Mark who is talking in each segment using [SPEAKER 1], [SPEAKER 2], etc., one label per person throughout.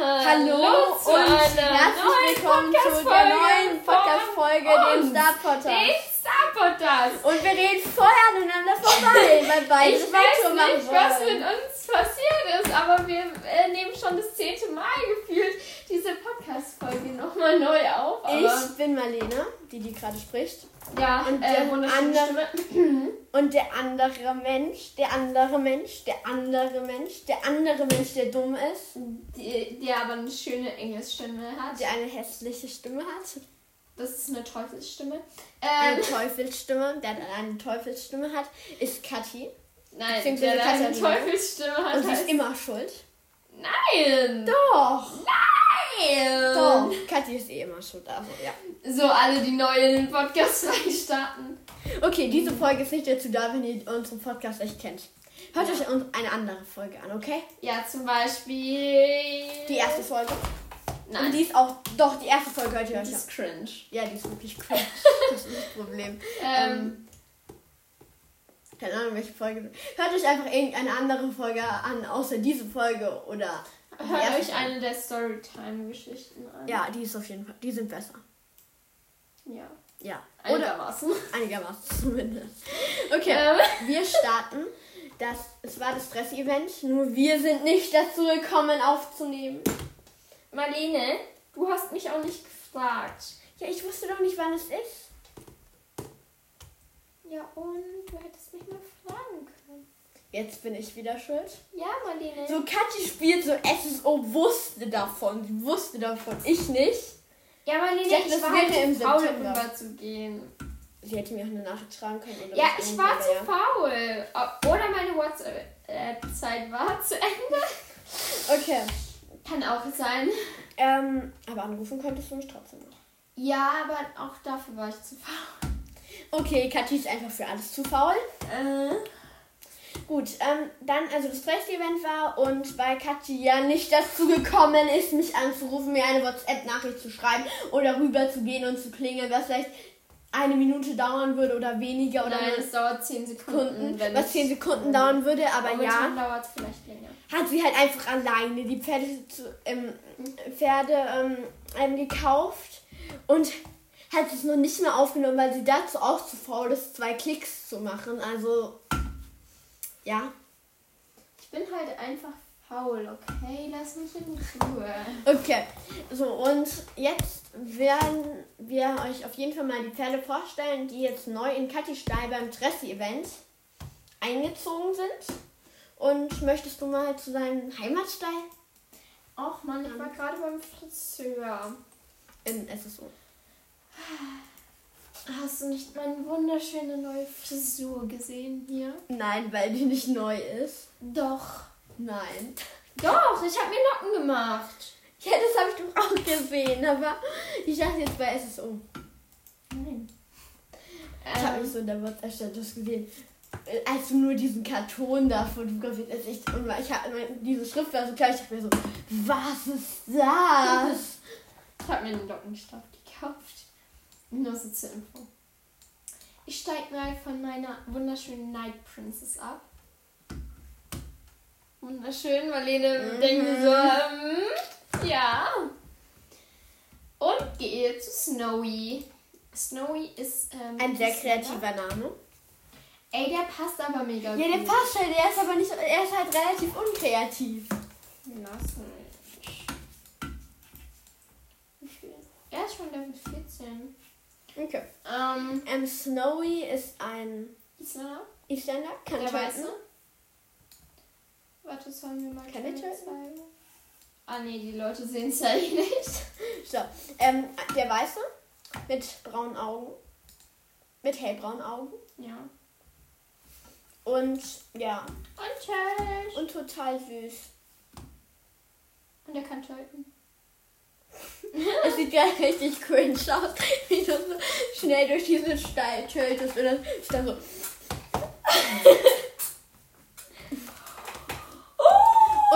[SPEAKER 1] Hallo
[SPEAKER 2] Los Äh, zu
[SPEAKER 1] und
[SPEAKER 2] einer
[SPEAKER 1] herzlich
[SPEAKER 2] neuen
[SPEAKER 1] willkommen zu der
[SPEAKER 2] Podcast-Folge
[SPEAKER 1] neuen
[SPEAKER 2] von
[SPEAKER 1] Podcast-Folge, dem
[SPEAKER 2] uns.
[SPEAKER 1] Startportal.
[SPEAKER 2] Den Star Podcast.
[SPEAKER 1] Und wir reden voll aneinander vorbei, weil beide
[SPEAKER 2] Ich
[SPEAKER 1] Faktor
[SPEAKER 2] weiß
[SPEAKER 1] machen
[SPEAKER 2] nicht, was mit
[SPEAKER 1] wollen.
[SPEAKER 2] uns passiert ist, aber wir äh, nehmen schon das zehnte Mal gefühlt diese Podcast-Folge nochmal neu auf. Aber,
[SPEAKER 1] Ich bin Marlene, die die gerade spricht.
[SPEAKER 2] ja,
[SPEAKER 1] und
[SPEAKER 2] äh,
[SPEAKER 1] der
[SPEAKER 2] wunderschöne
[SPEAKER 1] andere-
[SPEAKER 2] Stimme.
[SPEAKER 1] Und der andere Mensch, der andere Mensch, der andere Mensch, der andere Mensch, der dumm ist,
[SPEAKER 2] Die, die aber eine schöne Engelsstimme hat.
[SPEAKER 1] der eine hässliche Stimme hat,
[SPEAKER 2] Das ist eine Teufelsstimme.
[SPEAKER 1] eine
[SPEAKER 2] Ähm,
[SPEAKER 1] Teufelsstimme, der eine Teufelsstimme hat, ist Kathi.
[SPEAKER 2] nein,
[SPEAKER 1] beziehungsweise
[SPEAKER 2] der da eine
[SPEAKER 1] Katharina.
[SPEAKER 2] Teufelsstimme hat.
[SPEAKER 1] Und sie
[SPEAKER 2] heißt-
[SPEAKER 1] ist immer schuld.
[SPEAKER 2] nein!
[SPEAKER 1] Doch,
[SPEAKER 2] Nein!
[SPEAKER 1] doch. Kathi ist eh immer schuld, also ja.
[SPEAKER 2] So, alle, die neu in den Podcast reinstarten.
[SPEAKER 1] Okay, diese Folge ist nicht dazu da, wenn ihr unseren Podcast nicht kennt. Hört euch uns eine andere Folge an, okay?
[SPEAKER 2] Ja, zum Beispiel.
[SPEAKER 1] Die erste Folge.
[SPEAKER 2] Nein,
[SPEAKER 1] Und die ist auch. Doch, die erste Folge hört ihr
[SPEAKER 2] die
[SPEAKER 1] euch an.
[SPEAKER 2] ist cringe.
[SPEAKER 1] Ja, die ist wirklich cringe. Das ist das Problem.
[SPEAKER 2] Ähm,
[SPEAKER 1] Keine Ahnung, welche Folge. Hört euch einfach irgendeine andere Folge an, außer diese Folge oder. die
[SPEAKER 2] hört
[SPEAKER 1] erste
[SPEAKER 2] euch
[SPEAKER 1] Folge.
[SPEAKER 2] eine der Storytime-Geschichten an.
[SPEAKER 1] Ja, die ist auf jeden Fall. Die sind besser.
[SPEAKER 2] Ja.
[SPEAKER 1] Ja. Oder
[SPEAKER 2] Einigermaßen.
[SPEAKER 1] einigermaßen zumindest. Okay.
[SPEAKER 2] Ähm,
[SPEAKER 1] Wir starten. Das, es war das Stress-Event, nur wir sind nicht dazu gekommen aufzunehmen.
[SPEAKER 2] Marlene, du hast mich auch nicht gefragt.
[SPEAKER 1] Ja, ich wusste doch nicht, wann es ist.
[SPEAKER 2] Ja, und du hättest mich mal fragen können.
[SPEAKER 1] Jetzt bin ich wieder schuld.
[SPEAKER 2] Ja, Marlene.
[SPEAKER 1] So, Kathi spielt so SSO, wusste davon. Sie wusste davon. Ich nicht.
[SPEAKER 2] ja, Marlene,
[SPEAKER 1] Ja, das
[SPEAKER 2] ich war
[SPEAKER 1] wäre
[SPEAKER 2] halt
[SPEAKER 1] im
[SPEAKER 2] zu faul,
[SPEAKER 1] September.
[SPEAKER 2] rüberzugehen.
[SPEAKER 1] Sie hätte mir auch eine Nachricht schreiben können. Oder
[SPEAKER 2] Ja,
[SPEAKER 1] was
[SPEAKER 2] ich war zu
[SPEAKER 1] irgendwer.
[SPEAKER 2] faul. Oder meine WhatsApp-Zeit war zu Ende.
[SPEAKER 1] Okay.
[SPEAKER 2] Kann auch sein.
[SPEAKER 1] Ähm, aber anrufen konntest du mich trotzdem noch.
[SPEAKER 2] Ja, aber auch dafür war ich zu faul.
[SPEAKER 1] Okay, Kathi ist einfach für alles zu faul.
[SPEAKER 2] Äh.
[SPEAKER 1] Gut, ähm, dann, also das Fest-Event war und weil Kathi ja nicht dazu gekommen ist, mich anzurufen, mir eine WhatsApp-Nachricht zu schreiben oder rüber zu gehen und zu klingeln, was vielleicht eine Minute dauern würde oder weniger oder
[SPEAKER 2] Nein,
[SPEAKER 1] nur
[SPEAKER 2] es dauert 10 Sekunden.
[SPEAKER 1] Sekunden,
[SPEAKER 2] wenn
[SPEAKER 1] Mhm. was
[SPEAKER 2] es- mhm.
[SPEAKER 1] 10 Sekunden dauern würde, aber ja,
[SPEAKER 2] Momentan dauert es vielleicht länger.
[SPEAKER 1] hat sie halt einfach alleine die Pferde, zu, ähm, Pferde ähm, ähm, gekauft und hat es noch nicht mehr aufgenommen, weil sie dazu auch zu faul ist, zwei Klicks zu machen. Also, ja.
[SPEAKER 2] Ich bin halt einfach faul, okay? Lass mich in Ruhe.
[SPEAKER 1] Okay, so und jetzt werden wir euch auf jeden Fall mal die Pferde vorstellen, die jetzt neu in Kattistein beim Tressi-Event eingezogen sind. Und möchtest du mal zu seinem Heimatstall
[SPEAKER 2] Och Mann, ich war gerade beim Friseur.
[SPEAKER 1] im SSO?
[SPEAKER 2] Hast du nicht meine wunderschöne neue Frisur gesehen hier?
[SPEAKER 1] Nein, weil die nicht neu ist.
[SPEAKER 2] Doch.
[SPEAKER 1] Nein.
[SPEAKER 2] Doch, ich habe mir Locken gemacht.
[SPEAKER 1] Ja, das habe ich doch auch gesehen, aber ich dachte jetzt bei SSO.
[SPEAKER 2] Nein.
[SPEAKER 1] Ich habe mich
[SPEAKER 2] Ähm,
[SPEAKER 1] so in der WhatsApp-Status gesehen. äh, Als du nur diesen Karton da fotografiert hast, ich, und ich hab, diese Schrift war so klar, ich dachte mir so, was ist das?
[SPEAKER 2] ich habe mir einen Lockenstab gekauft. Nur so zur Info. Ich steig mal von meiner wunderschönen Night Princess ab. Wunderschön, Marlene
[SPEAKER 1] Mhm.
[SPEAKER 2] denkt mir so, ähm, ja. Und gehe zu Snowy. Snowy ist ähm,
[SPEAKER 1] Ein sehr
[SPEAKER 2] ist-
[SPEAKER 1] kreativer Name.
[SPEAKER 2] Ey, der passt aber mega
[SPEAKER 1] Ja, der
[SPEAKER 2] gut.
[SPEAKER 1] passt halt, der ist aber nicht, er ist halt relativ unkreativ.
[SPEAKER 2] Lassen. Wie viel? Er ist schon Level 14.
[SPEAKER 1] Okay.
[SPEAKER 2] Ähm,
[SPEAKER 1] Ähm, Snowy ist ein
[SPEAKER 2] Isla,
[SPEAKER 1] Isländer, kann
[SPEAKER 2] der
[SPEAKER 1] töten.
[SPEAKER 2] Weiße. Warte, sollen wir mal
[SPEAKER 1] Kann er
[SPEAKER 2] keine
[SPEAKER 1] töten?
[SPEAKER 2] zeigen? Ah ne, die Leute sehen es ja eh nicht.
[SPEAKER 1] So, ähm, der Weiße mit braunen Augen, mit hellbraunen Augen
[SPEAKER 2] Ja.
[SPEAKER 1] und ja,
[SPEAKER 2] Und Challenge.
[SPEAKER 1] und total süß.
[SPEAKER 2] Und er kann töten.
[SPEAKER 1] Es sieht ja richtig cringe aus, wie du so schnell durch diesen Stall tötest und dann ist dann so. Oh!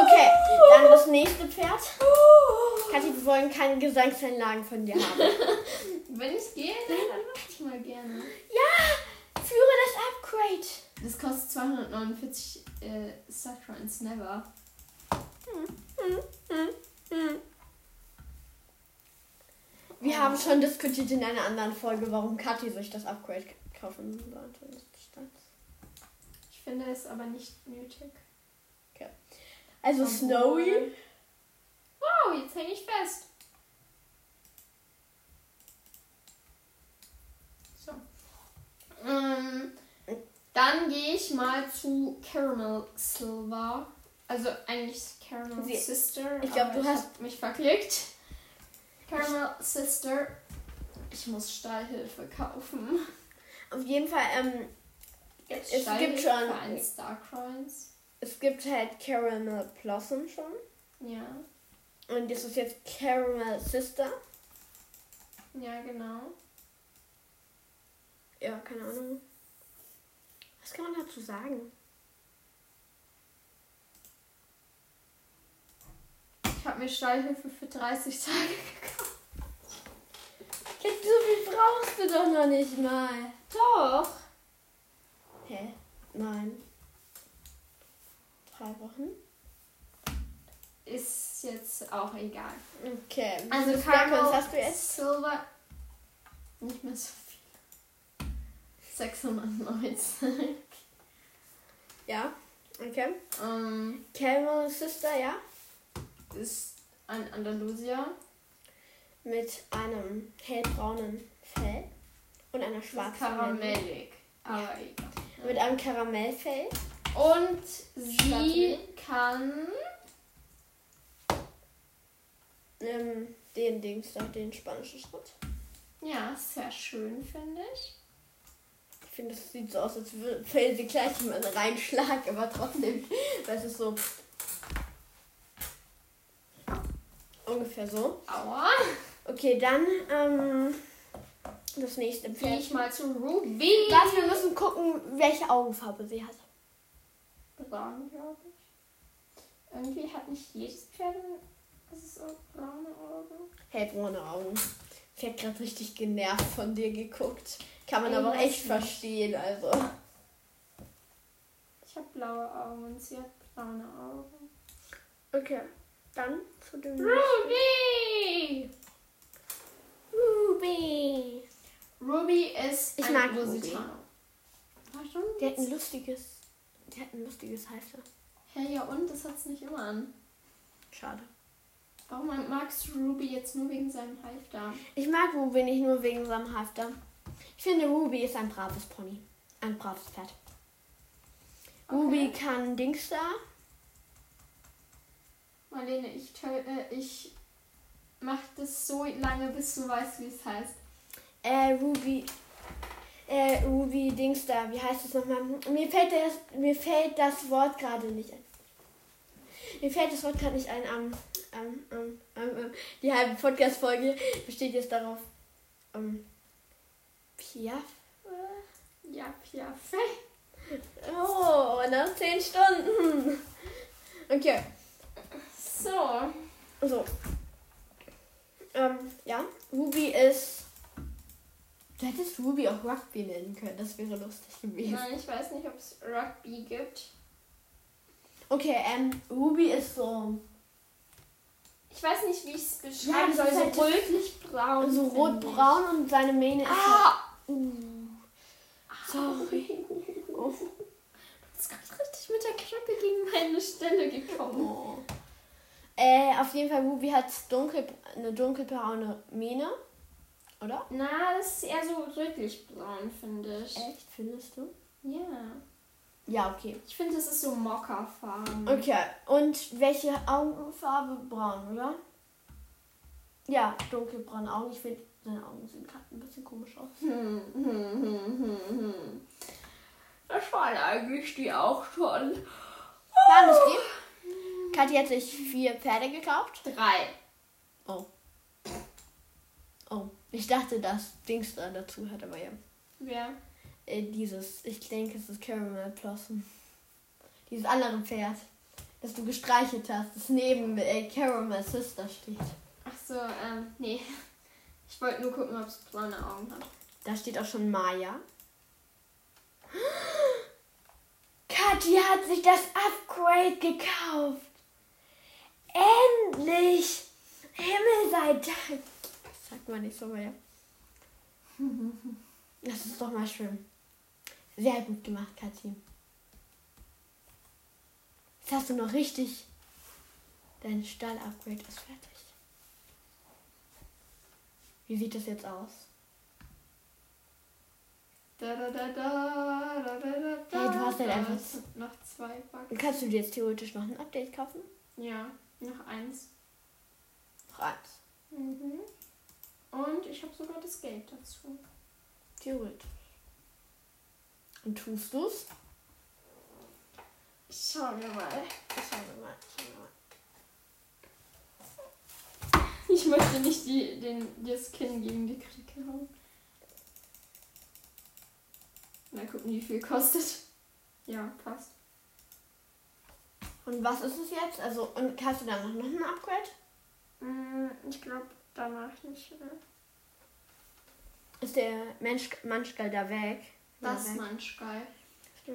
[SPEAKER 1] Okay, dann das nächste Pferd. Kathi, wir wollen keine Gesangseinlagen von dir haben.
[SPEAKER 2] Wenn ich gehe, dann, dann mach ich mal gerne.
[SPEAKER 1] Ja, führe das Upgrade.
[SPEAKER 2] Das kostet 249 äh, Star Coins, never.
[SPEAKER 1] Hm, hm, haben schon diskutiert in einer anderen Folge, warum Kathi sich das Upgrade kaufen sollte. statt-
[SPEAKER 2] Ich finde es aber nicht nötig.
[SPEAKER 1] Also
[SPEAKER 2] Obwohl-
[SPEAKER 1] Snowy.
[SPEAKER 2] Wow, Oh, jetzt hänge ich fest. So. Ähm, dann gehe ich mal zu Caramel Silver. Also eigentlich ist Caramel
[SPEAKER 1] Sie-
[SPEAKER 2] Sister.
[SPEAKER 1] ich glaub,
[SPEAKER 2] aber
[SPEAKER 1] du hast-
[SPEAKER 2] hab mich verklickt. Caramel Sister. Ich muss Stallhilfe kaufen.
[SPEAKER 1] Auf jeden Fall, ähm,
[SPEAKER 2] Jetzt
[SPEAKER 1] es gibt schon-
[SPEAKER 2] einen Star Coins.
[SPEAKER 1] es gibt halt Caramel Blossom schon.
[SPEAKER 2] Ja,
[SPEAKER 1] Und das ist jetzt Caramel Sister.
[SPEAKER 2] ja genau.
[SPEAKER 1] Ja, keine Ahnung. Was kann man dazu sagen?
[SPEAKER 2] Ich habe mir Stallhilfe für 30 Tage gekauft.
[SPEAKER 1] So viel brauchst du doch noch nicht mal.
[SPEAKER 2] Doch.
[SPEAKER 1] Hä? Nein. Drei Wochen?
[SPEAKER 2] Ist jetzt auch egal.
[SPEAKER 1] Okay.
[SPEAKER 2] Also
[SPEAKER 1] Kakao,
[SPEAKER 2] Kakao,
[SPEAKER 1] was hast du jetzt?
[SPEAKER 2] Silver. Nicht mehr so viel. 619.
[SPEAKER 1] Ja. Okay.
[SPEAKER 2] ähm,
[SPEAKER 1] Caramel Sister, ja.
[SPEAKER 2] ist ein Andalusier.
[SPEAKER 1] Mit einem hellbraunen Fell und einer
[SPEAKER 2] Schwarz
[SPEAKER 1] schwarzen Lende.
[SPEAKER 2] karamellig. Aber egal.
[SPEAKER 1] Mit einem Karamellfell.
[SPEAKER 2] Und sie
[SPEAKER 1] Schwarz-gelb.
[SPEAKER 2] kann.
[SPEAKER 1] Ähm, den Dings doch, den spanischen Schritt.
[SPEAKER 2] Ja, sehr schön, finde ich.
[SPEAKER 1] Ich finde, das sieht so aus, als würde fällt sie gleich jemand reinschlag, aber trotzdem, weil es ist so. Ungefähr so.
[SPEAKER 2] Aua.
[SPEAKER 1] Okay, dann ähm, das nächste
[SPEAKER 2] Gehe ich
[SPEAKER 1] Pferd.
[SPEAKER 2] mal zu Ruby.
[SPEAKER 1] Lass, wir müssen gucken, welche Augenfarbe sie hat.
[SPEAKER 2] braun, glaube ich. Irgendwie hat nicht jedes Pferd ein- das ist so braune Augen.
[SPEAKER 1] Hellbraune Augen. Sie hat gerade richtig genervt von dir geguckt. Kann man aber auch
[SPEAKER 2] Irgendwas
[SPEAKER 1] echt
[SPEAKER 2] nicht.
[SPEAKER 1] verstehen, also.
[SPEAKER 2] Ich habe blaue Augen und sie hat braune Augen.
[SPEAKER 1] Okay, dann zu dem
[SPEAKER 2] Ruby!
[SPEAKER 1] Ruby.
[SPEAKER 2] Ruby ist
[SPEAKER 1] Ich
[SPEAKER 2] ein
[SPEAKER 1] mag
[SPEAKER 2] Lusitano. Warum?
[SPEAKER 1] Der hat ein lustiges, der hat ein lustiges Halfter.
[SPEAKER 2] Hä, ja und? Das hat's nicht immer an.
[SPEAKER 1] Schade.
[SPEAKER 2] Warum magst du Ruby jetzt nur wegen seinem Halfdarm?
[SPEAKER 1] Ich mag Ruby nicht nur wegen seinem Halfter. Ich finde, Ruby ist ein braves Pony. Ein braves Pferd. Ruby kann Dings da.
[SPEAKER 2] Marlene, ich, töl- äh, ich mach das so lange, bis du weißt, wie es heißt.
[SPEAKER 1] Äh, Ruby. Äh, Ruby Dings da. Wie heißt es nochmal? Mir fällt das, mir fällt das Wort gerade nicht ein. Mir fällt das Wort gerade nicht ein. Ähm, ähm, ähm, ähm, ähm. Die halbe Podcast-Folge besteht jetzt darauf. Ähm, Piaf?
[SPEAKER 2] Ja, Piaf.
[SPEAKER 1] Oh, nach 10 Stunden. Okay.
[SPEAKER 2] So.
[SPEAKER 1] So. Ähm, ja. Ruby ist. Du hättest Ruby auch Rugby nennen können, das wäre lustig gewesen.
[SPEAKER 2] Nein, ich weiß nicht, ob es Rugby gibt.
[SPEAKER 1] Okay, ähm, Ruby ist so.
[SPEAKER 2] Ich weiß nicht, wie ich es beschreiben
[SPEAKER 1] das
[SPEAKER 2] soll.
[SPEAKER 1] ist
[SPEAKER 2] So
[SPEAKER 1] halt das-
[SPEAKER 2] rötlich-braun.
[SPEAKER 1] So
[SPEAKER 2] finde
[SPEAKER 1] rotbraun und seine Mähne
[SPEAKER 2] ich.
[SPEAKER 1] ist.
[SPEAKER 2] Ah!
[SPEAKER 1] so- Uh, sorry. Oh.
[SPEAKER 2] Das ist gerade richtig mit der Krippe gegen meine Stelle gekommen.
[SPEAKER 1] Oh. Äh, auf jeden Fall, Ruby hat dunkel, eine dunkelbraune Mähne. Oder?
[SPEAKER 2] Na, das ist eher so rötlich-braun, finde ich.
[SPEAKER 1] Echt, findest du?
[SPEAKER 2] Ja.
[SPEAKER 1] Ja, okay.
[SPEAKER 2] Ich finde, das ist so Mockerfarben.
[SPEAKER 1] Okay, und welche Augenfarbe? Braun, oder? Ja, dunkelbraune Augen. Ich finde, seine Augen sehen gerade ein bisschen komisch aus.
[SPEAKER 2] Hm, hm, hm, hm, hm. Das waren eigentlich die auch schon.
[SPEAKER 1] Waren es die? Kathi hat sich vier Pferde gekauft.
[SPEAKER 2] Drei.
[SPEAKER 1] Oh. Oh. Ich dachte, das Dings da dazu hat, aber ja.
[SPEAKER 2] Ja.
[SPEAKER 1] Äh, dieses, ich denke, es ist Caramel Blossom. Dieses andere Pferd, das du gestreichelt hast, das neben äh, Caramel Sister steht.
[SPEAKER 2] Ach so, ähm, nee. Ich wollte nur gucken, ob es braune Augen hat.
[SPEAKER 1] Da steht auch schon Maya. Kathi hat sich das Upgrade gekauft. Endlich! Himmel sei Dank. Sagt man nicht so, aber ja. Das ist doch mal schön. Sehr gut gemacht, Kathi. Jetzt hast du noch richtig. Dein Stahl-Upgrade ist fertig. Wie sieht das jetzt aus?
[SPEAKER 2] Da, da, da, da, da, da, da, da.
[SPEAKER 1] Hey, du hast halt
[SPEAKER 2] da
[SPEAKER 1] einfach-
[SPEAKER 2] sind noch zwei Bugs.
[SPEAKER 1] Kannst du dir jetzt theoretisch noch ein Update kaufen?
[SPEAKER 2] Ja, noch eins.
[SPEAKER 1] Noch eins.
[SPEAKER 2] Mhm. Und ich habe sogar das Geld dazu.
[SPEAKER 1] Theoretisch. Und tust du's?
[SPEAKER 2] Schauen wir mal.
[SPEAKER 1] Schauen wir mal. Schauen wir mal.
[SPEAKER 2] Ich möchte nicht die, den, das Kinn gegen die Kritiker hauen. Mal gucken, wie viel kostet. Ja, passt.
[SPEAKER 1] Und was ist es jetzt? Also, und hast du dann noch ein Upgrade?
[SPEAKER 2] Mm, Ich glaube, danach nicht. ne? Oder?
[SPEAKER 1] Ist der Mensch Manschgal da weg?
[SPEAKER 2] Das
[SPEAKER 1] Mann.
[SPEAKER 2] Mensch geil.
[SPEAKER 1] Der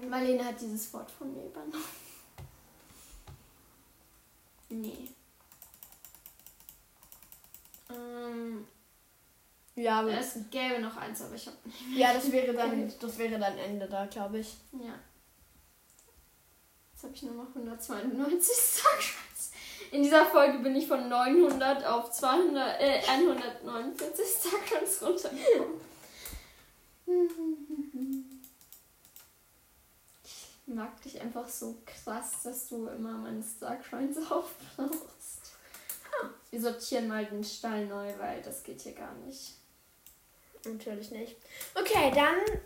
[SPEAKER 1] Mann.
[SPEAKER 2] Marlene hat dieses Wort von mir übernommen. Nee. Ähm,
[SPEAKER 1] Ja, aber
[SPEAKER 2] es gäbe noch eins, aber ich habe nicht.
[SPEAKER 1] ja, das wäre dann das wäre dann Ende da, glaube ich.
[SPEAKER 2] Ja. Jetzt habe ich nur noch 192 Starcrafts. In dieser Folge bin ich von 900 auf 200, äh, 149 Starcrafts runtergekommen. Ich mag dich einfach so krass, dass du immer meine Starcrafts aufbrauchst. Wir sortieren mal den Stall neu, weil das geht hier gar nicht.
[SPEAKER 1] Natürlich nicht. Okay, dann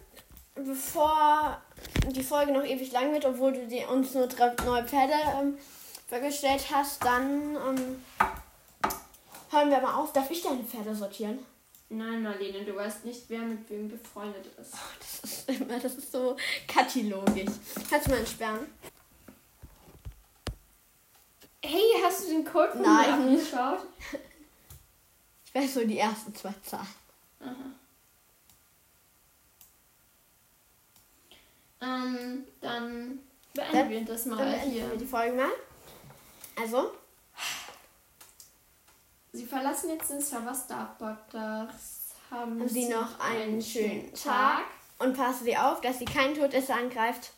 [SPEAKER 1] bevor die Folge noch ewig lang wird, obwohl du dir uns nur drei neue Pferde ähm, vorgestellt hast, dann ähm, hören wir mal auf. Darf ich deine Pferde sortieren?
[SPEAKER 2] Nein, Marlene, du weißt nicht, wer mit wem befreundet ist.
[SPEAKER 1] Das ist immer, das ist so Kathi-logisch. Kannst du mal entsperren?
[SPEAKER 2] Hey, hast du den Code von
[SPEAKER 1] Nein.
[SPEAKER 2] mir angeschaut?
[SPEAKER 1] Ich weiß so die ersten zwei Zahlen.
[SPEAKER 2] Aha. Ähm, dann beenden
[SPEAKER 1] Dann-
[SPEAKER 2] wir das
[SPEAKER 1] Dann
[SPEAKER 2] mal
[SPEAKER 1] beenden wir
[SPEAKER 2] hier.
[SPEAKER 1] die Folge mal. Also,
[SPEAKER 2] Sie verlassen jetzt den Server Starbucks. Haben
[SPEAKER 1] Sie noch einen schönen Tag? und passen Sie auf, dass Sie kein Todesser angreift.